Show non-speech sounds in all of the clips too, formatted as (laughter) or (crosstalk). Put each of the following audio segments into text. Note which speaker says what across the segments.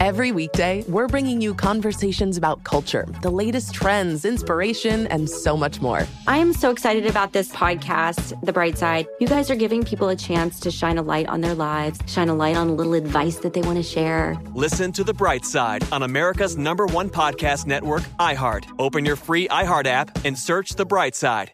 Speaker 1: Every weekday, we're bringing you conversations about culture, the latest trends, inspiration, and so much more.
Speaker 2: I am so excited about this podcast, The Bright Side. You guys are giving people a chance to shine a light on their lives, shine a light on a little advice that they want to share.
Speaker 3: Listen to The Bright Side on America's number one podcast network, iHeart. Open your free iHeart app and search The Bright Side.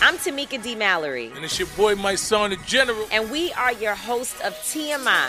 Speaker 4: I'm Tamika D. Mallory.
Speaker 5: And it's your boy, my son, the general.
Speaker 4: And we are your hosts of TMI.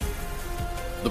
Speaker 6: The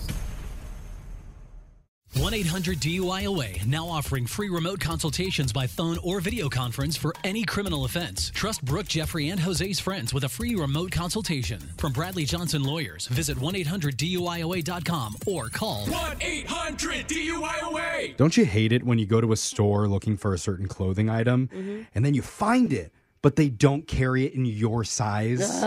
Speaker 7: 1 800 DUIOA now offering free remote consultations by phone or video conference for any criminal offense. Trust Brooke, Jeffrey, and Jose's friends with a free remote consultation. From Bradley Johnson Lawyers, visit 1 800 DUIOA.com or call
Speaker 8: 1 800 DUIOA.
Speaker 9: Don't you hate it when you go to a store looking for a certain clothing item
Speaker 10: Mhm.
Speaker 9: and then you find it, but they don't carry it in your size?
Speaker 10: it's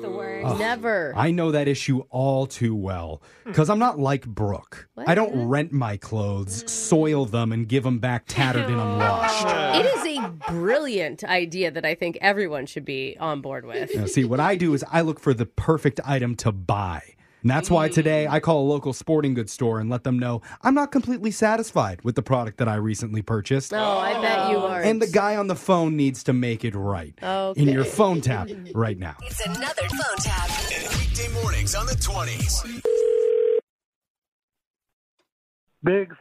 Speaker 10: the word.
Speaker 9: Ugh.
Speaker 10: Never.
Speaker 9: I know that issue all too well because I'm not like Brooke. I don't rent my clothes, soil them, and give them back tattered and unwashed.
Speaker 10: It is a brilliant idea that I think everyone should be on board with.
Speaker 9: Now, see, what I do is I look for the perfect item to buy. And that's why today I call a local sporting goods store and let them know I'm not completely satisfied with the product that I recently purchased.
Speaker 10: Oh, I bet you are.
Speaker 9: And the guy on the phone needs to make it right in your
Speaker 10: Okay.
Speaker 9: phone tap right now.
Speaker 11: It's another phone tap.
Speaker 12: Weekday mornings on the 20s.
Speaker 13: Big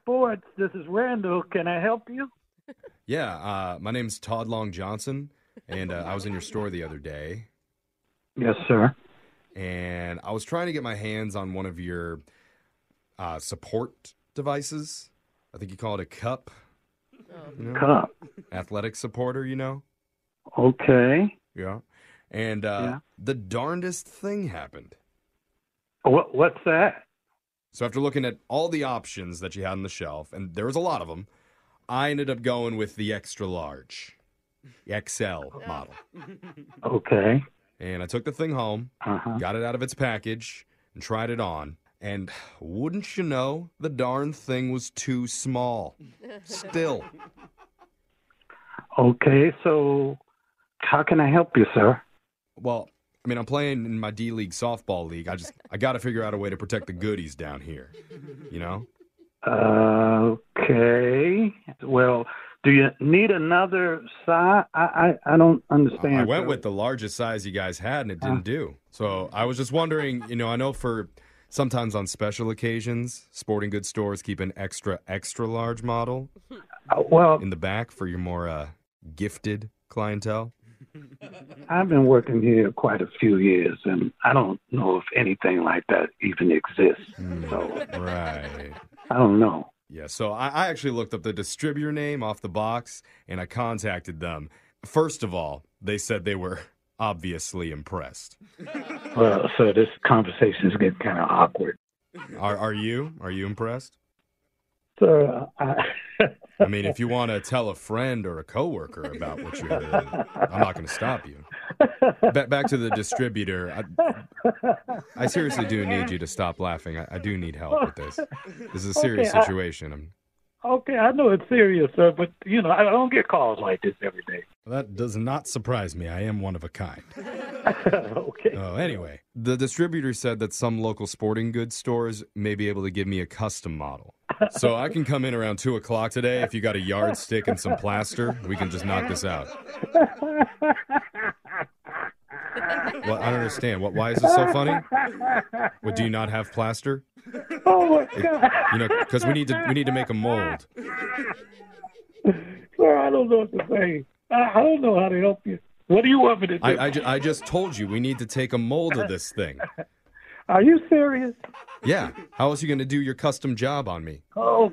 Speaker 13: Sports. This is Randall. Can I help you?
Speaker 14: Yeah, uh, my name's Todd Long Johnson, and uh, I was in your store the other day,
Speaker 13: Yes, sir.
Speaker 14: and I was trying to get my hands on one of your uh, support devices. I think you call it a cup. you know?
Speaker 13: Cup.
Speaker 14: Athletic supporter, you know?
Speaker 13: Okay.
Speaker 14: Yeah. And uh,
Speaker 13: Yeah.
Speaker 14: the darndest thing happened.
Speaker 13: What? What's that?
Speaker 14: So after looking at all the options that you had on the shelf, and there was a lot of them, I ended up going with the extra large, the XL model.
Speaker 13: Oh. (laughs) Okay. Uh-huh.
Speaker 14: And I took the thing home, got it out of its package, and tried it on. And wouldn't you know, the darn thing was too small. Still.
Speaker 13: Okay. So, how can I help you, sir?
Speaker 14: Well, I mean, I'm playing in my D League softball league. I just, I got to figure out a way to protect the goodies down here. You know?
Speaker 13: Okay. Well, do you need another size? I I, I don't understand.
Speaker 14: I went
Speaker 13: sir.
Speaker 14: with the largest size you guys had, and it didn't do. So I was just wondering, you know, I know for sometimes on special occasions, sporting goods stores keep an extra, extra large model
Speaker 13: Uh, well
Speaker 14: in the back for your more uh, gifted clientele.
Speaker 13: I've been working here quite a few years, and I don't know if anything like that even exists. So
Speaker 14: Right.
Speaker 13: I don't know.
Speaker 14: Yeah, so I, I actually looked up the distributor name off the box and I contacted them. First of all, they said they were (laughs) obviously impressed.
Speaker 13: Well, Uh, so this conversation's getting kind of awkward.
Speaker 14: Are are you? Are you impressed?
Speaker 13: Sir, I,
Speaker 14: I mean, if you want to tell a friend or a coworker about what you heard, I'm not going to stop you. Ba- back to the distributor. I,
Speaker 13: (laughs)
Speaker 14: I seriously do need you to stop laughing. I, I do need help with this. This is a serious
Speaker 13: Okay, I-
Speaker 14: situation. I'm,
Speaker 13: okay, I know it's serious, sir, but you know I don't get calls like this every day.
Speaker 14: that does not surprise me. I am one of a kind.
Speaker 13: (laughs) okay.
Speaker 14: Oh, anyway, the distributor said that some local sporting goods stores may be able to give me a custom model. So I can come in around two o'clock today. If you got a yardstick and some plaster, we can just knock this out. Well, I don't understand. What? Why is this so funny? What, do you not have plaster?
Speaker 13: (laughs) Oh my god!
Speaker 14: You know, because we need to we need to make a mold.
Speaker 13: Sir, I don't know what to say. I, I don't know how to help you. What do you want me to do?
Speaker 14: I, I, ju- I just told you we need to take a mold of this thing.
Speaker 13: (laughs) Are you serious?
Speaker 14: Yeah. How else you going to do your custom job on me?
Speaker 13: Oh,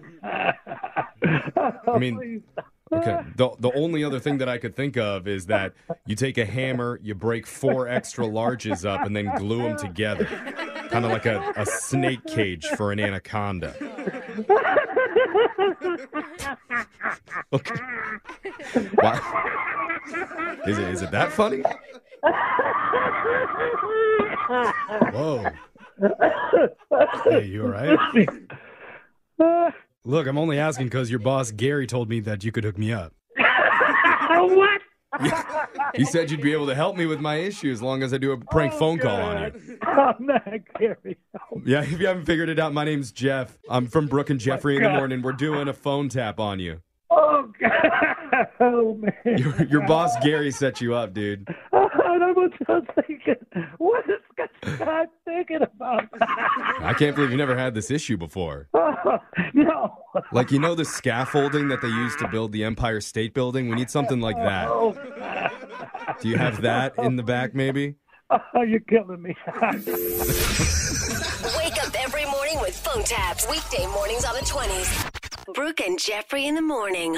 Speaker 14: I mean, okay. The the only other thing that I could think of is that you take a hammer, you break four extra larges up, and then glue them together, kind of like a, a snake cage for an anaconda. Okay. Why- Is it is it that funny? Whoa. Hey, you all right? Look, I'm only asking because your boss Gary told me that you could hook me up.
Speaker 13: what?
Speaker 14: He said you'd be able to help me with my issue as long as I do a prank phone call on you.
Speaker 13: (laughs) I'm not Gary.
Speaker 14: Yeah, if you haven't figured it out, my name's Jeff. I'm from Brooke and Jeffrey in the
Speaker 13: Oh God.
Speaker 14: morning. We're doing a phone tap on you.
Speaker 13: Oh god! (laughs) Oh man!
Speaker 14: Your, your boss Gary set you up, dude.
Speaker 13: I was just thinking, what is God thinking about?
Speaker 14: I can't believe you never had this issue before.
Speaker 13: no.
Speaker 14: Like you know the scaffolding that they use to build the Empire State Building? We need something like that.
Speaker 13: Oh,
Speaker 14: Do you have that in the back maybe?
Speaker 13: you're killing me.
Speaker 11: Wake up every morning with phone taps. Weekday mornings on the 20s. Brooke and Jeffrey in the morning.